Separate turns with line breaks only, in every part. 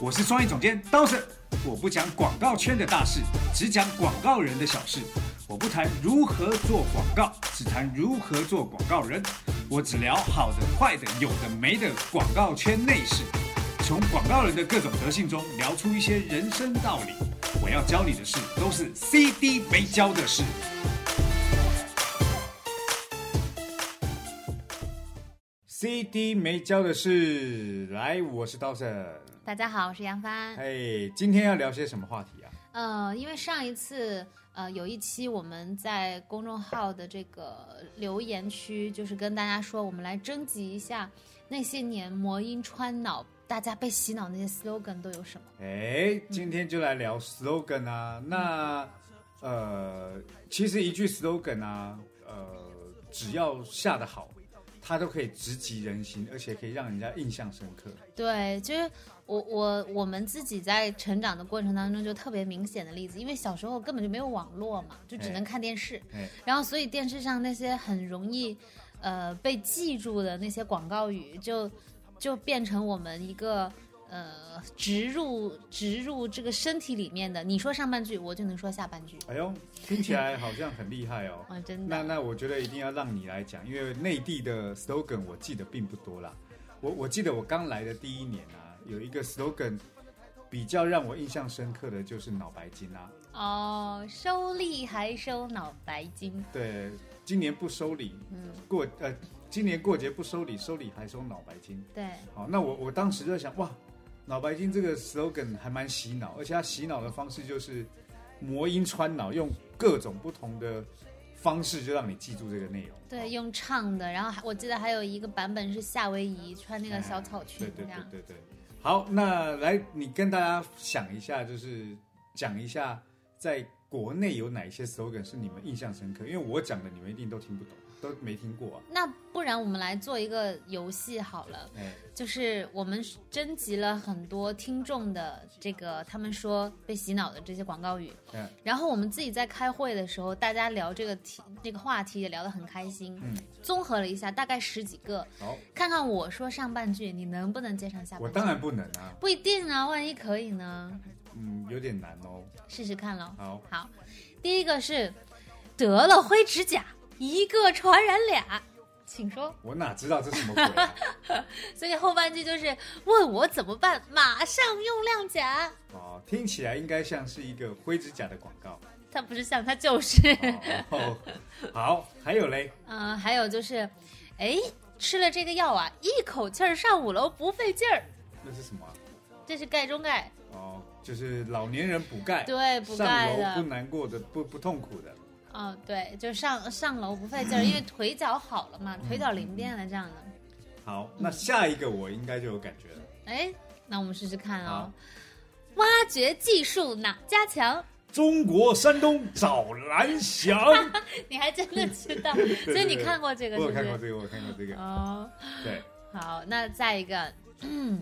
我是创意总监 Dawson，我不讲广告圈的大事，只讲广告人的小事。我不谈如何做广告，只谈如何做广告人。我只聊好的、坏的、有的没的广告圈内事，从广告人的各种德性中聊出一些人生道理。我要教你的事，都是 CD 没教的事。CD 没教的事，来，我是 Dawson。
大家好，我是杨帆。
哎，今天要聊些什么话题啊？
呃，因为上一次呃有一期我们在公众号的这个留言区，就是跟大家说，我们来征集一下那些年魔音穿脑，大家被洗脑那些 slogan 都有什么？
哎，今天就来聊 slogan 啊。那呃，其实一句 slogan 啊，呃，只要下得好，它都可以直击人心，而且可以让人家印象深刻。
对，就是我我我们自己在成长的过程当中，就特别明显的例子，因为小时候根本就没有网络嘛，就只能看电视，
哎，
然后所以电视上那些很容易呃被记住的那些广告语就，就变成我们一个呃植入植入这个身体里面的。你说上半句，我就能说下半句。
哎呦，听起来好像很厉害 哦。
啊，真
那
的，
那我觉得一定要让你来讲，因为内地的 slogan 我记得并不多啦。我我记得我刚来的第一年啊，有一个 slogan 比较让我印象深刻的就是脑白金啊。
哦，收力还收脑白金，
对，今年不收礼，
嗯，
过呃，今年过节不收礼，收礼还收脑白金。
对，
好，那我我当时就在想，哇，脑白金这个 slogan 还蛮洗脑，而且它洗脑的方式就是魔音穿脑，用各种不同的方式就让你记住这个内容。
对，用唱的，然后还我记得还有一个版本是夏威夷穿那个小草裙
啊对
这
哎对
样，
对对对。好，那来你跟大家想一下，就是讲一下在国内有哪些 slogan 是你们印象深刻，因为我讲的你们一定都听不懂，都没听过啊。
那不然我们来做一个游戏好了，
哎，
就是我们征集了很多听众的这个他们说被洗脑的这些广告语，
嗯
然后我们自己在开会的时候，大家聊这个题这个话题也聊得很开心，
嗯，
综合了一下大概十几个，
好，
看看我说上半句你能不能接上下半句？
我当然不能啊，
不一定啊，万一可以呢？
嗯，有点难哦。
试试看喽。
好，
好，第一个是得了灰指甲，一个传染俩，请说。
我哪知道这什么鬼、 啊？
所以后半句就是问我怎么办，马上用亮甲。
哦，听起来应该像是一个灰指甲的广告。
它不是像，它就是。
哦， 好，还有嘞，
嗯、还有就是，哎，吃了这个药啊，一口气儿上五楼不费劲儿。
那是什么啊、
这是钙中钙，
哦，就是老年人补钙，
对补钙的
上楼不难过的，不不痛苦的。
嗯、对，就上上楼不费劲儿，因为腿脚好了嘛，腿脚灵便了这样的。
好，那下一个我应该就有感觉了。
哎，那我们试试看哦
好。
挖掘技术哪家强？
中国山东找蓝翔，
你还真的知道， 所以你看过 这个
我
是
有
不
看过
是？
这个，我有看过这个。
哦，
对，
好，那再一个， 嗯，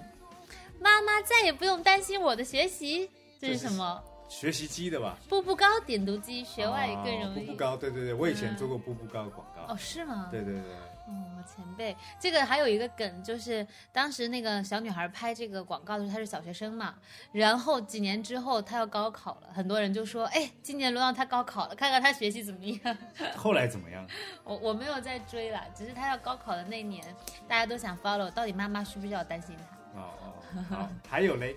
妈妈再也不用担心我的学习，这是
这是
什么？
学习机的吧？
步步高点读机，学外语更
哦
容易。
步步高，对对对，我以前
嗯
做过步步高的广告。
哦，是吗？
对对对，
哦，前辈，这个还有一个梗，就是当时那个小女孩拍这个广告的时候，她是小学生嘛，然后几年之后她要高考了，很多人就说，哎，今年轮到她高考了，看看她学习怎么 样。
对后来怎么样？
我我没有在追啦，只是她要高考的那年，大家都想 follow，到底妈妈需不需要担心她？
哦哦，好，还有嘞，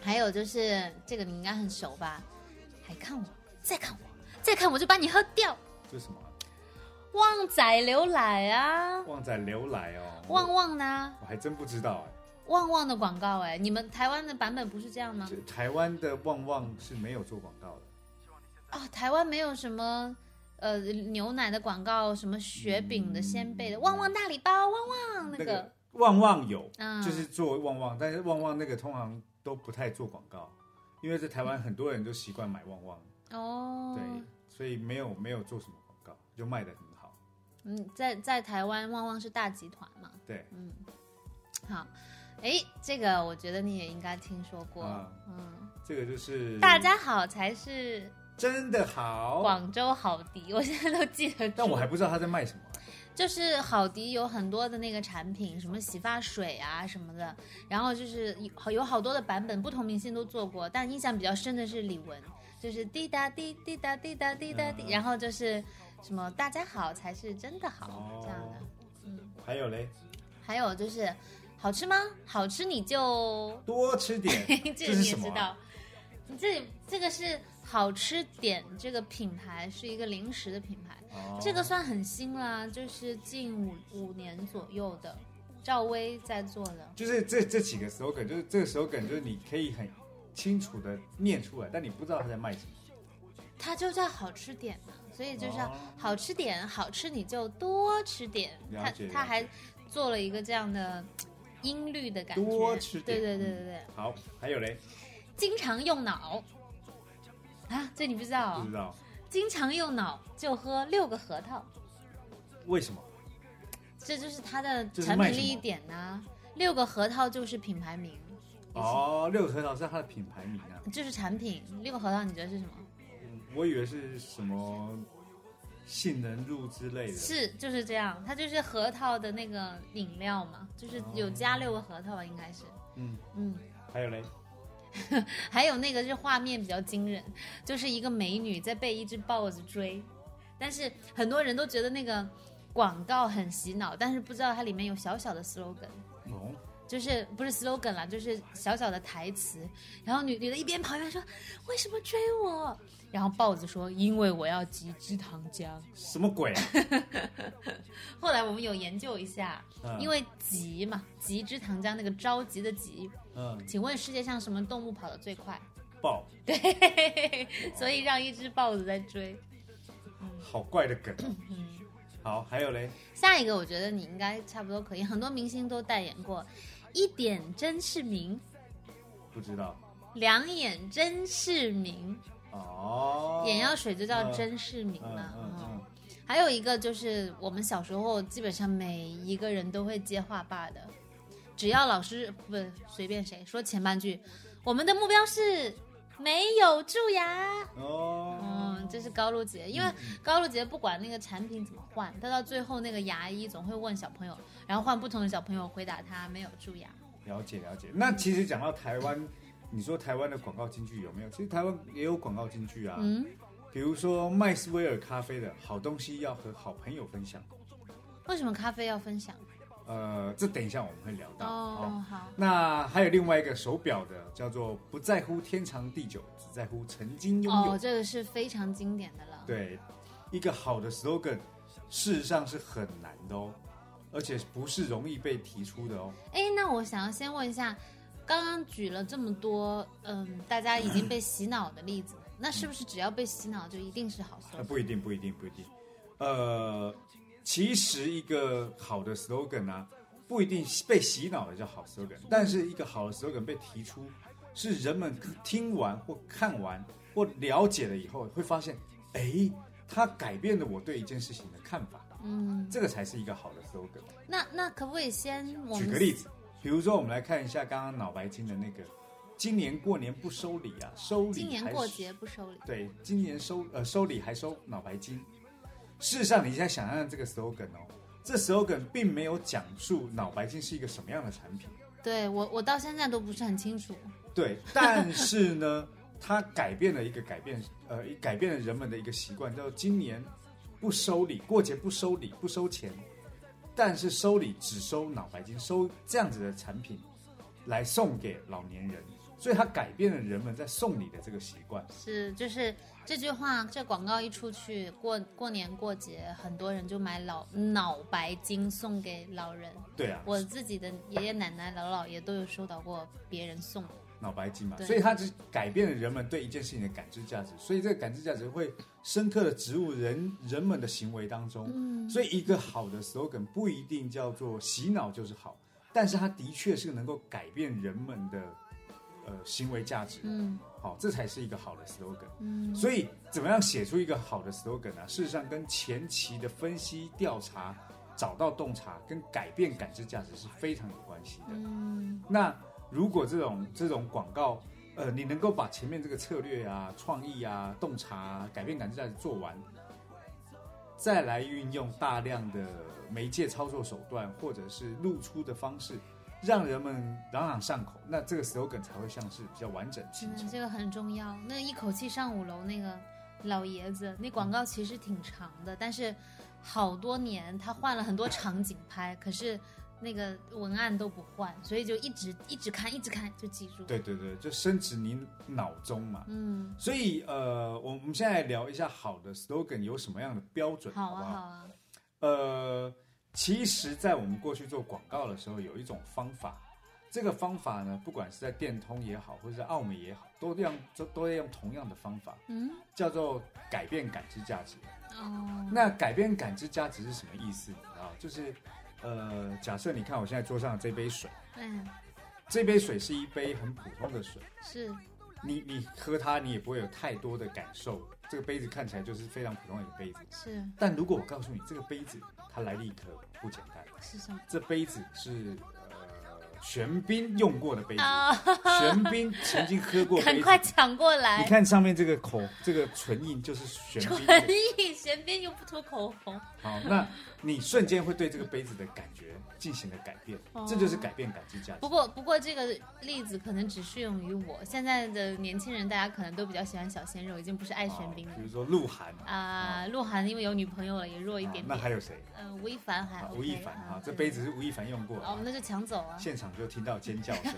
还有就是这个你应该很熟吧？还看我，再看我，再看我就把你喝掉，
这是什么啊？
旺仔牛奶啊，
旺仔牛奶哦，
旺旺呢？
我还真不知道
旺旺的广告哎，你们台湾的版本不是这样
哎，
吗？
这台湾的旺旺是没有做广告的，
哦，台湾没有什么呃牛奶的广告，什么雪饼的、鲜
嗯
贝的，旺旺大礼包，旺旺那个，
旺旺有，
嗯，
就是做旺旺，但是旺旺那个通常都不太做广告，因为在台湾很多人都习惯买旺旺，
哦，
对，所以没有没有做什么广告，就卖的很好，
嗯，在在台湾，旺旺是大集团嘛，
对，
嗯，好，哎，这个我觉得你也应该听说过，
啊
嗯，
这个就是
大家好才是
真的好，
广州好迪，我现在都记得住，
但我还不知道他在卖什么哎，
就是好迪有很多的那个产品，什么洗发水啊什么的，然后就是有有好多的版本，不同明星都做过，但印象比较深的是李玟，就是滴答滴滴答滴答滴答滴，
嗯
然后就是什么大家好才是真的好、
哦
这样的。嗯
还有嘞，
还有就是好吃吗？好吃 你就，
多吃点 这
这个
是
你也
什么
知
啊、
道，你这这个是好吃点这个品牌是一个零食的品牌，
哦
这个算很新啦，就是近五五年左右的，赵薇在做的。
就是这这几个 slogan，就是这个 slogan，就是你可以很清楚的念出来，但你不知道他在卖什么。
它就叫好吃点嘛，所以就是
哦
好吃点，好吃你就多吃点。
了
它
解
它
了
还做了一个这样的音律的感觉，
多吃点嗯
对对对对对，
好，还有嘞，
经常用脑啊，这你不知道啊、
不知道
经常用脑就喝六个核桃，
为什么？
这就是它的
这是
产
卖
品
什么
利益点呐、六个核桃就是品牌名，
哦，六核桃是它的品牌名啊，
就是产品。六个核桃你觉得是什么？
我以为是什么杏仁露之类的。
是就是这样，它就是核桃的那个饮料嘛，就是有加六个核桃吧，应该是。
嗯，
嗯，
还有嘞，
还有那个是画面比较惊人，就是一个美女在被一只豹子追，但是很多人都觉得那个广告很洗脑，但是不知道它里面有小小的 slogan。
哦，
就是不是 slogan 啦，就是小小的台词。然后女女的一边跑一边说：“为什么追我？”然后豹子说：“因为我要集脂糖浆。
什么鬼啊？”
后来我们有研究一下，
嗯
因为急嘛，集脂糖浆那个着急的急，
嗯，
请问世界上什么动物跑得最快？
爆，
所以让一只豹子在追。
好怪的梗。
嗯
好，还有嘞，
下一个我觉得你应该差不多可以，很多明星都代言过。一点真是明，
不知道。
两眼真是明，
哦，
眼药水哦就叫
嗯
真是明
嗯
了。
嗯嗯，
还有一个就是我们小时候基本上每一个人都会接话霸的，只要老师不随便谁说前半句，我们的目标是没有蛀牙。
哦，嗯
嗯，这是高露洁，因为高露洁不管那个产品怎么换，她到最后那个牙医总会问小朋友，然后换不同的小朋友回答他没有蛀牙。
嗯了解了解。那其实讲到台湾，你说台湾的广告金句有没有？其实台湾也有广告金句啊，
嗯，
比如说麦斯威尔咖啡的好东西要和好朋友分享。
为什么咖啡要分享？
呃，这等一下我们会聊到。哦
哦，好，
那还有另外一个手表的，叫做“不在乎天长地久，只在乎曾经拥有”
哦，这个是非常经典的了。
对，一个好的 slogan，事实上是很难的哦，而且不是容易被提出的哦。
哎，那我想要先问一下，刚刚举了这么多，嗯，大家已经被洗脑的例子，那是不是只要被洗脑就一定是好
呃，
slogan？
不一定，不一定，不一定。呃，其实一个好的 slogan 啊，不一定被洗脑的叫好 slogan，但是一个好的 slogan 被提出，是人们听完或看完或了解了以后，会发现，哎，它改变了我对一件事情的看法，
嗯，
这个才是一个好的 slogan。
那那可不可以先我们
举个例子，比如说我们来看一下刚刚脑白金的那个，今年过年不收礼啊，收礼
今年
还
过
是
节不收礼，
对，今年收呃收礼还收脑白金。事实上，你现在想象这个 slogan 哦，这 slogan 并没有讲述脑白金是一个什么样的产品。
对我我到现在都不是很清楚。
对，但是呢，它改变了一个改变呃改变了人们的一个习惯，叫做今年不收礼，过节不收礼，不收钱，但是收礼只收脑白金，收这样子的产品来送给老年人，所以它改变了人们在送礼的这个习惯。
是，就是这句话，这广告一出去，过过年过节，很多人就买老脑白金送给老人。
对啊，
我自己的爷爷奶奶、姥姥姥爷都有收到过别人送的。
脑白金嘛，
对
所以它只改变了人们对一件事情的感知价值，所以这个感知价值会深刻的植入人人们的行为当中。
嗯
所以一个好的 slogan 不一定叫做洗脑就是好，但是它的确是能够改变人们的呃行为价值。
嗯
好，这才是一个好的 slogan。
嗯，
所以怎么样写出一个好的 slogan 呢、事实上跟前期的分析调查、找到洞察跟改变感知价值是非常有关系的。
嗯。
那如果这种这种广告，呃，你能够把前面这个策略啊、创意啊、洞察、啊、改变感知价值做完，再来运用大量的媒介操作手段或者是露出的方式，让人们朗朗上口，那这个 slogan 才会像是比较完整形成
嗯，。这个很重要。那一口气上五楼那个老爷子，那广告其实挺长的，但是好多年他换了很多场景拍，可是那个文案都不换，所以就一直一直看，一直看就记住。
对对对，就深植你脑中嘛。
嗯，
所以呃，我我们现在来聊一下好的 slogan 有什么样的标准，
好
不
啊
好
好？啊，
呃，其实，在我们过去做广告的时候，有一种方法，这个方法呢，不管是在电通也好，或者是澳门也好，都用都都要用同样的方法，
嗯，
叫做改变感知价值。
哦，
那改变感知价值是什么意思？你知道，就是呃，假设你看我现在桌上的这杯水，
嗯，
这杯水是一杯很普通的水，
是，
你你喝它，你也不会有太多的感受。这个杯子看起来就是非常普通的一个杯子，
是
但如果我告诉你这个杯子它来历可不简单。
是什么？
这杯子是呃玄彬用过的杯子，
啊，
玄彬曾经喝过杯
赶快
子。
抢过
你
来！
看上面这个口，这个唇印就是玄彬
纯
的。
艺玄彬又不涂口红，
好，那你瞬间会对这个杯子的感觉进行了改变，
哦
这就是改变感知价值
不。过，不过这个例子可能只适用于我。现在的年轻人，大家可能都比较喜欢小鲜肉，已经不是爱玄彬
啊
了
比如说鹿晗啊
啊。鹿晗因为有女朋友了，也弱一点
那还
点。
有谁？
嗯，吴亦凡还
啊
OK。
吴亦凡啊，这
对
杯子是吴亦凡用过的
啊，我。们那就抢走啊。
现场就听到尖叫声。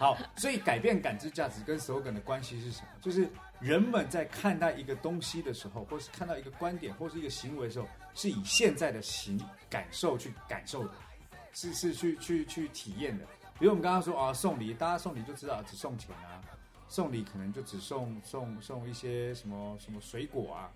好，所以改变感知价值跟 slogan 的关系是什么？就是人们在看待一个东西的时候，或是看到一个观点或是一个行为的时候，是以现在的行感受去感受的，是是去去去体验的。比如我们刚刚说啊，送礼，大家送礼就知道只送钱啊，送礼可能就只送送送一些什么什么水果啊，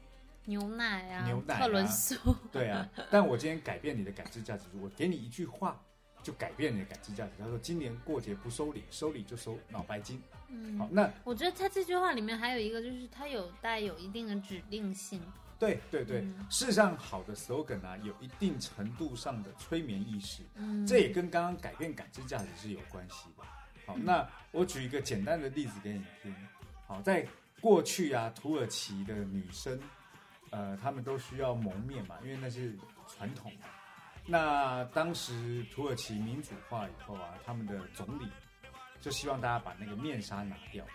牛奶啊，
牛奶啊
特仑苏，
对啊，但我今天改变你的感知价值，我给你一句话就改变你的感知价值。他说今年过节不收礼，收礼就收脑白金。
嗯
好，，那
我觉得他这句话里面还有一个，就是他有带有一定的指令性。
对对对，
嗯
事实上好的 slogan 啊，有一定程度上的催眠意识，
嗯，
这也跟刚刚改变感知价值是有关系的。好，那我举一个简单的例子给你听。好，在过去啊，土耳其的女生，呃，她们都需要蒙面嘛，因为那是传统嘛。那当时土耳其民主化以后啊，他们的总理就希望大家把那个面纱拿掉。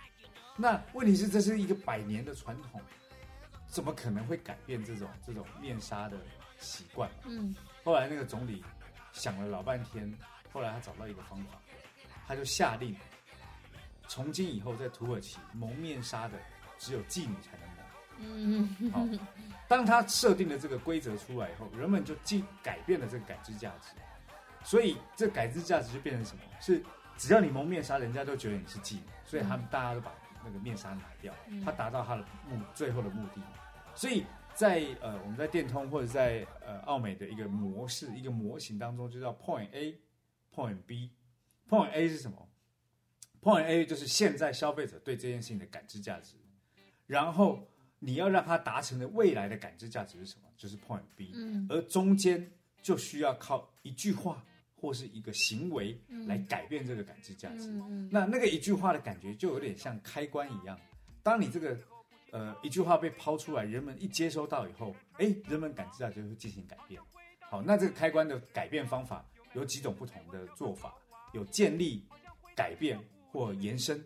那问题是，这是一个百年的传统，怎么可能会改变这种这种面纱的习惯？
嗯
后来那个总理想了老半天，后来他找到一个方法，他就下令，从今以后在土耳其蒙面纱的只有妓女才能蒙。
嗯
好，当他设定了这个规则出来以后，人们就既改变了这个感知价值，所以这改知价值就变成什么？是只要你蒙面纱，人家都觉得你是妓女，所以他们大家都把那个面纱拿掉
嗯，
他达到他的目最后的目的。所以在呃我们在电通或者在呃奥美的一个模式一个模型当中，就叫 Point A、Point B。Point A 是什么？Point A 就是现在消费者对这件事情的感知价值，然后你要让它达成的未来的感知价值是什么？就是 Point B，、
嗯
而中间就需要靠一句话或是一个行为
嗯
来改变这个感知价值。
嗯嗯，
那那个一句话的感觉就有点像开关一样，当你这个呃一句话被抛出来，人们一接收到以后，哎，人们感知到就会进行改变。好，那这个开关的改变方法有几种不同的做法，有建立、改变或延伸。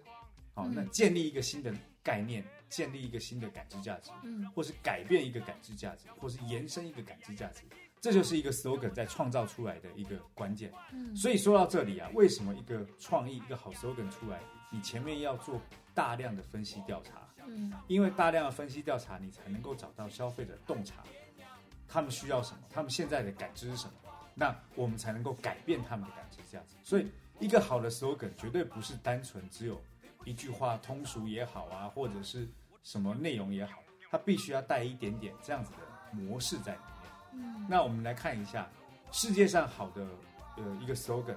好，
嗯
那建立一个新的概念，建立一个新的感知价值，
嗯
或是改变一个感知价值，或是延伸一个感知价值，这就是一个 slogan 在创造出来的一个关键。
嗯，
所以说到这里啊，为什么一个创意、一个好 slogan 出来，你前面要做大量的分析调查？
嗯
因为大量的分析调查，你才能够找到消费者洞察，他们需要什么，他们现在的感知是什么，那我们才能够改变他们的感知价值。所以，一个好的 slogan 绝对不是单纯只有一句话通俗也好啊，或者是什么内容也好，它必须要带一点点这样子的模式在里面。
嗯
那我们来看一下世界上好的呃一个 slogan，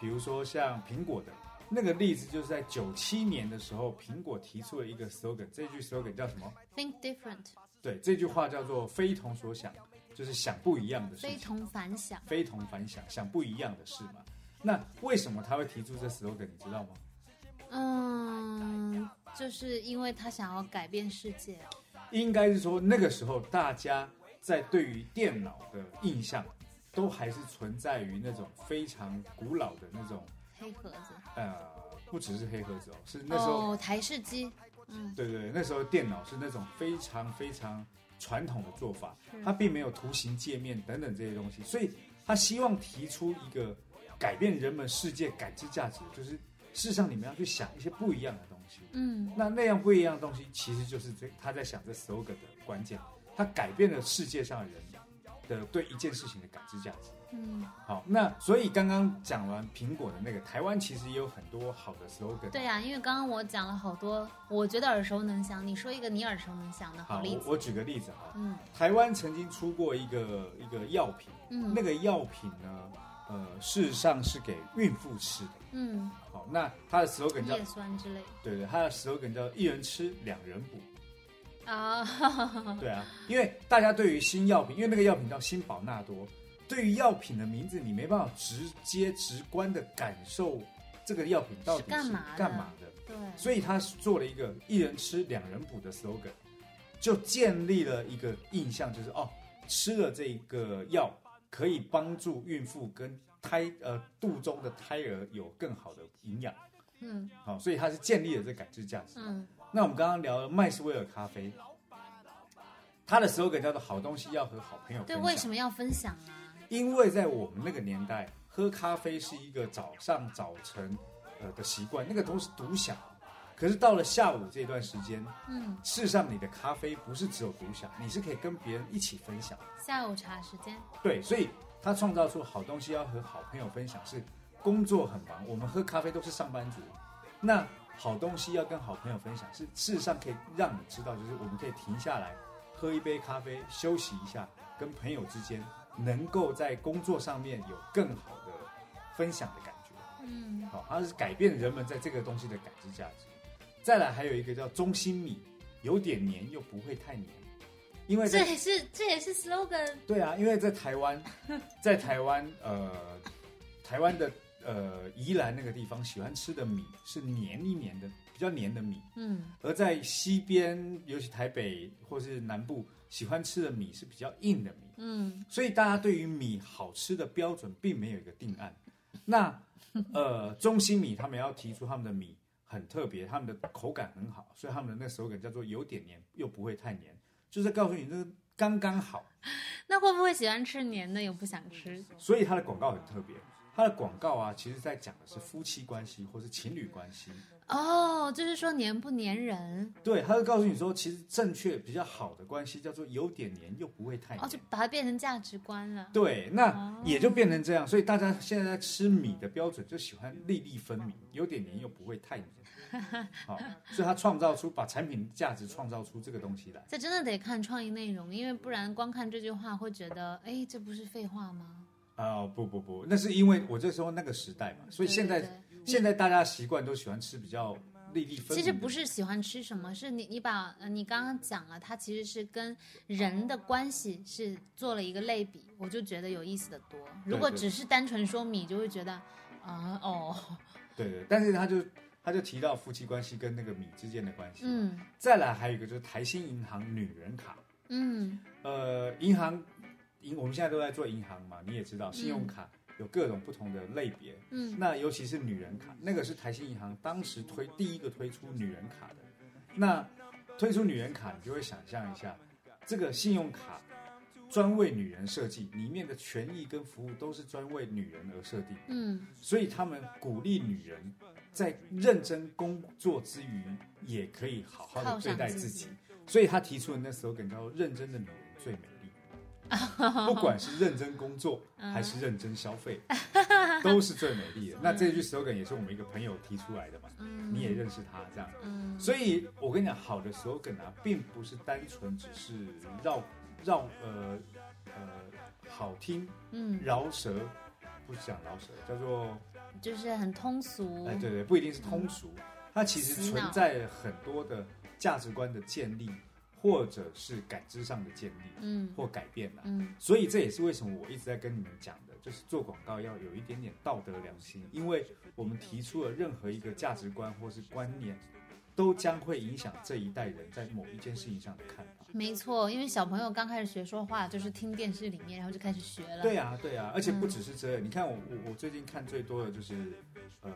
比如说像苹果的那个例子，就是在九七年的时候，苹果提出了一个 slogan，这句 slogan 叫什么？
，think different，
对，这句话叫做“非同所想”，就是想不一样的事
非
情，
同凡响。
非同凡响，想不一样的事嘛。那为什么他会提出这 slogan？你知道吗？
嗯，就是因为他想要改变世界。
应该是说那个时候大家在对于电脑的印象，都还是存在于那种非常古老的那种，
黑盒子
呃，不只是黑盒子哦，是那时候，
哦，台式机，嗯，
对对对，那时候电脑是那种非常非常传统的做法，
是
它并没有图形界面等等这些东西，所以他希望提出一个改变人们世界感知价值，就是事实上你们要去想一些不一样的东西。
嗯
那那样不一样的东西，其实就是这他在想这 slogan 的关键，他改变了世界上的人的对一件事情的感知价值。
嗯，
好，那所以刚刚讲完苹果的那个，台湾其实也有很多好的 slogan。啊
对呀、因为刚刚我讲了好多，我觉得耳熟能详，你说一个你耳熟能详的
好，
好例
我
子，
我举个例子哈，
嗯
台湾曾经出过一个一个药品，
嗯
那个药品呢，呃，事实上是给孕妇吃的。
嗯，
好，那它的 slogan 叫
叶酸之类
对对，它的 slogan 叫一人吃两人补。
的啊，
对啊，因为大家对于新药品，因为那个药品叫新宝纳多，对于药品的名字，你没办法直接直观的感受这个药品到底
是干
是
嘛的
干嘛的，
对，
所以他做了一个一人吃两人补的 slogan，就建立了一个印象，就是哦，吃了这个药可以帮助孕妇跟胎呃肚中的胎儿有更好的营养，
嗯
好、所以它是建立了这感知价值。
嗯
那我们刚刚聊了麦斯威尔咖啡，它的 slogan 叫做“好东西要和好朋友分
对，
享”。
为什么要分享啊？
因为在我们那个年代，喝咖啡是一个早上早晨呃的习惯，那个都是独享。可是到了下午这段时间，
嗯，
事实上你的咖啡不是只有独享，你是可以跟别人一起分享。
下午茶时间，
对，所以他创造出好东西要和好朋友分享，是工作很忙，我们喝咖啡都是上班族，那好东西要跟好朋友分享，是事实上可以让你知道，就是我们可以停下来喝一杯咖啡，休息一下，跟朋友之间能够在工作上面有更好的分享的感觉。
嗯
好，它是改变人们在这个东西的感知价值。再来还有一个叫中心米，有点黏又不会太黏，因为在
这也是这也是 slogan，
对啊，因为在台湾， 在台湾，呃，台湾的呃宜兰那个地方喜欢吃的米是黏一黏的，比较黏的米；
嗯
而在西边，尤其台北或是南部，喜欢吃的米是比较硬的米。
嗯
所以大家对于米好吃的标准并没有一个定案。那呃，中心米他们要提出他们的米很特别，他们的口感很好，所以他们的那手感叫做有点黏又不会太黏，就是告诉你这个刚刚好。
那会不会喜欢吃黏的又不想吃？
所以它的广告很特别，它的广告啊，其实在讲的是夫妻关系或是情侣关系。
哦，就是说黏不黏人，
对，它会告诉你说，其实正确比较好的关系叫做有点黏又不会太
哦，
黏。
就把它变成价值观了。
对，
哦
那也就变成这样，所以大家现在在吃米的标准就喜欢粒粒分明，有点黏又不会太黏。 好，所以它创造出把产品价值创造出这个东西来。
这真的得看创意内容，因为不然光看这句话会觉得，哎，这不是废话吗？
啊、不不不，那是因为我这时候那个时代嘛，所以
对
现在
对对
现在大家习惯都喜欢吃比较粒粒分明的。
其实不是喜欢吃什么，是你你把呃你刚刚讲了，它其实是跟人的关系是做了一个类比，我就觉得有意思的多。如果
对
只是单纯说米，就会觉得啊哦，
对对，但是他就他就提到夫妻关系跟那个米之间的关系。，
嗯
再来还有一个就是台新银行女人卡，
嗯
呃，银行银我们现在都在做银行嘛，你也知道，信用卡有各种不同的类别，
嗯
那尤其是女人卡，那个是台新银行当时推第一个推出女人卡的。那推出女人卡，你就会想象一下，这个信用卡专为女人设计，里面的权益跟服务都是专为女人而设定。
嗯
所以他们鼓励女人在认真工作之余，也可以好好的对待自己
犒赏。
所以他提出的那 slogan 叫做“认真的女人最美丽”，不管是认真工作还是认真消费，都是最美丽的。那这句 slogan 也是我们一个朋友提出来的嘛，你也认识他这样。
嗯，
所以我跟你讲，好的 slogan 啊，并不是单纯只是绕绕呃呃好听
嗯，
饶舌，不是讲饶舌，叫做
就是很通俗，
哎，对对，不一定是通俗，它其实
嗯洗脑
存在很多的价值观的建立，或者是感知上的建立
嗯
或改变啦、
嗯
所以这也是为什么我一直在跟你们讲的，就是做广告要有一点点道德良心，因为我们提出了任何一个价值观或是观念，都将会影响这一代人在某一件事情上的看法。
没错，因为小朋友刚开始学说话，就是听电视里面，然后就开始学了。
对呀、对呀、而且不只是这样。你看我我我最近看最多的就是，呃，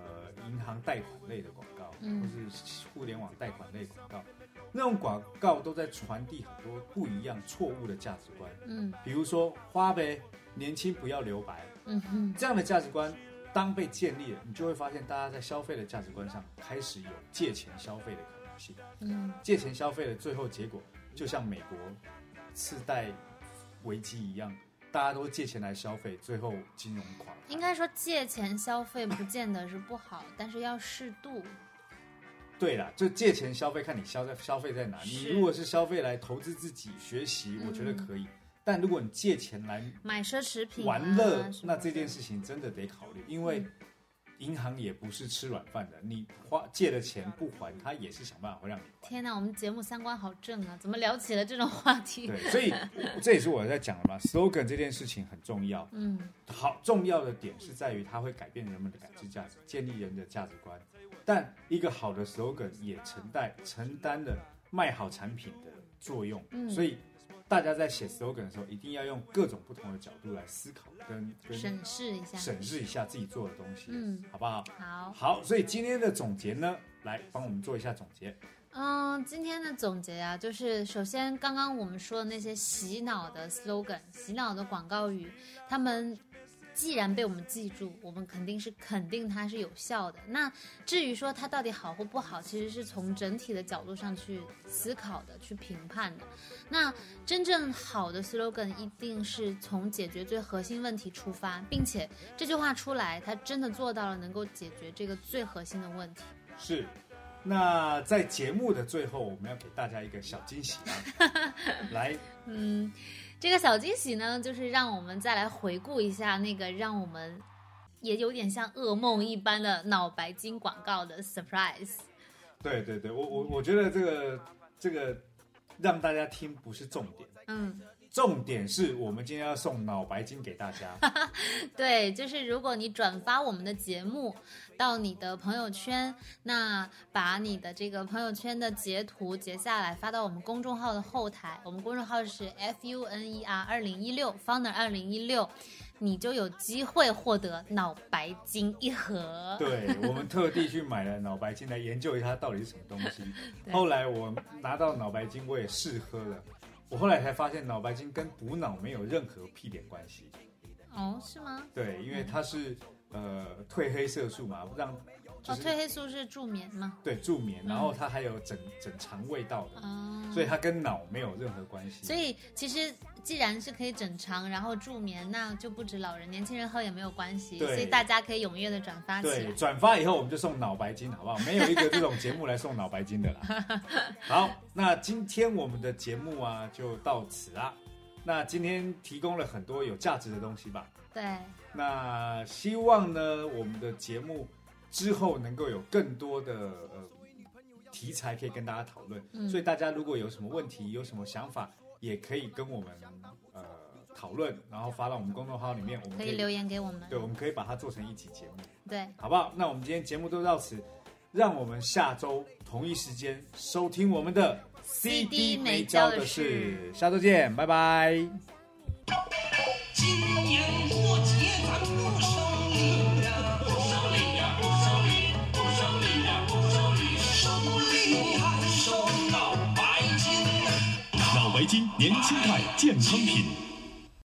银行贷款类的广告，
嗯
或是互联网贷款类广告，那种广告都在传递很多不一样错误的价值观。
嗯
比如说花呗，年轻不要留白
嗯哼，
这样的价值观，当被建立了，你就会发现大家在消费的价值观上开始有借钱消费的可能性。
嗯
借钱消费的最后结果，就像美国次贷危机一样，大家都借钱来消费，最后金融垮。
应该说借钱消费不见得是不好，但是要适度。
对啦，就借钱消费，看你消在消费在哪。你
是
如果是消费来投资自己、学习，我觉得可以。但如果你借钱来
买奢侈品、啊、
玩乐，
什么
那
的嗯
这件事情真的得考虑，因为银行也不是吃软饭的，你花借了钱不还，他也是想办法会让你还。
天哪，我们节目三观好正啊！怎么聊起了这种话题
对？，所 以这也是我在讲的嘛，slogan 这件事情很重要。
嗯
好，重要的点是在于它会改变人们的感知价值，建立人的价值观。但一个好的 slogan 也承担承担了卖好产品的作用，
嗯
所以大家在写 slogan 的时候，一定要用各种不同的角度来思考跟跟
审视一下。
审视一下自己做的东西，
嗯
好不好？
好，
好，所以今天的总结呢，来帮我们做一下总结。
嗯，今天的总结啊，就是首先刚刚我们说的那些洗脑的 slogan、洗脑的广告语，他们既然被我们记住，我们肯定是肯定它是有效的。那至于说它到底好或不好，其实是从整体的角度上去思考的、去评判的。那真正好的 slogan 一定是从解决最核心问题出发，并且这句话出来，它真的做到了能够解决这个最核心的问题。
是，那在节目的最后，我们要给大家一个小惊喜 啊！来，
嗯，这个小惊喜呢，就是让我们再来回顾一下那个让我们也有点像噩梦一般的脑白金广告的 surprise。
对对对，我我我觉得这个这个让大家听不是重点，
嗯，
重点是我们今天要送脑白金给大 家。
对，就是如果你转发我们的节目到你的朋友圈，那把你的这个朋友圈的截图截下来发到我们公众号的后台，我们公众号是 f u n e r 二零一六 founder 二零一六，你就有机会获得脑白金一盒。
对我们特地去买了脑白金来研究一下它到底是什么东西。
对
后来我拿到脑白金，我也试喝了。我后来才发现，脑白金跟补脑没有任何屁点关系。
哦，是吗？
对，因为它是呃褪黑色素嘛，让就
哦，
是、
褪黑嗯素是助眠嘛？
对助眠，然后它还有整整肠胃道的，
啊、
所以它跟脑没有任何关系。
所以其实既然是可以整肠，然后助眠，那就不止老人，年轻人喝也没有关系。
对
所以大家可以踊跃的转发起
对，
来。
转发以后我们就送脑白金，好不好？没有一个这种节目来送脑白金的 啦。好，那今天我们的节目啊就到此啦。那今天提供了很多有价值的东西吧。
对，
那希望呢，我们的节目之后能够有更多的呃题材可以跟大家讨论。
嗯
所以大家如果有什么问题、有什么想法，也可以跟我们呃讨论，然后发到我们公众号里面，我们
可以留言给我们。
对，我们可以把它做成一集节目。
对，
好不好？那我们今天节目就到此，让我们下周同一时间收听我们的
CD
没
没
教
教
的
的
事
事，
下周见，拜拜。
今年过节咱不收礼呀，不收礼呀，不收礼，不收礼呀，不收礼，收礼还收脑白金。
脑白金年轻态健康品。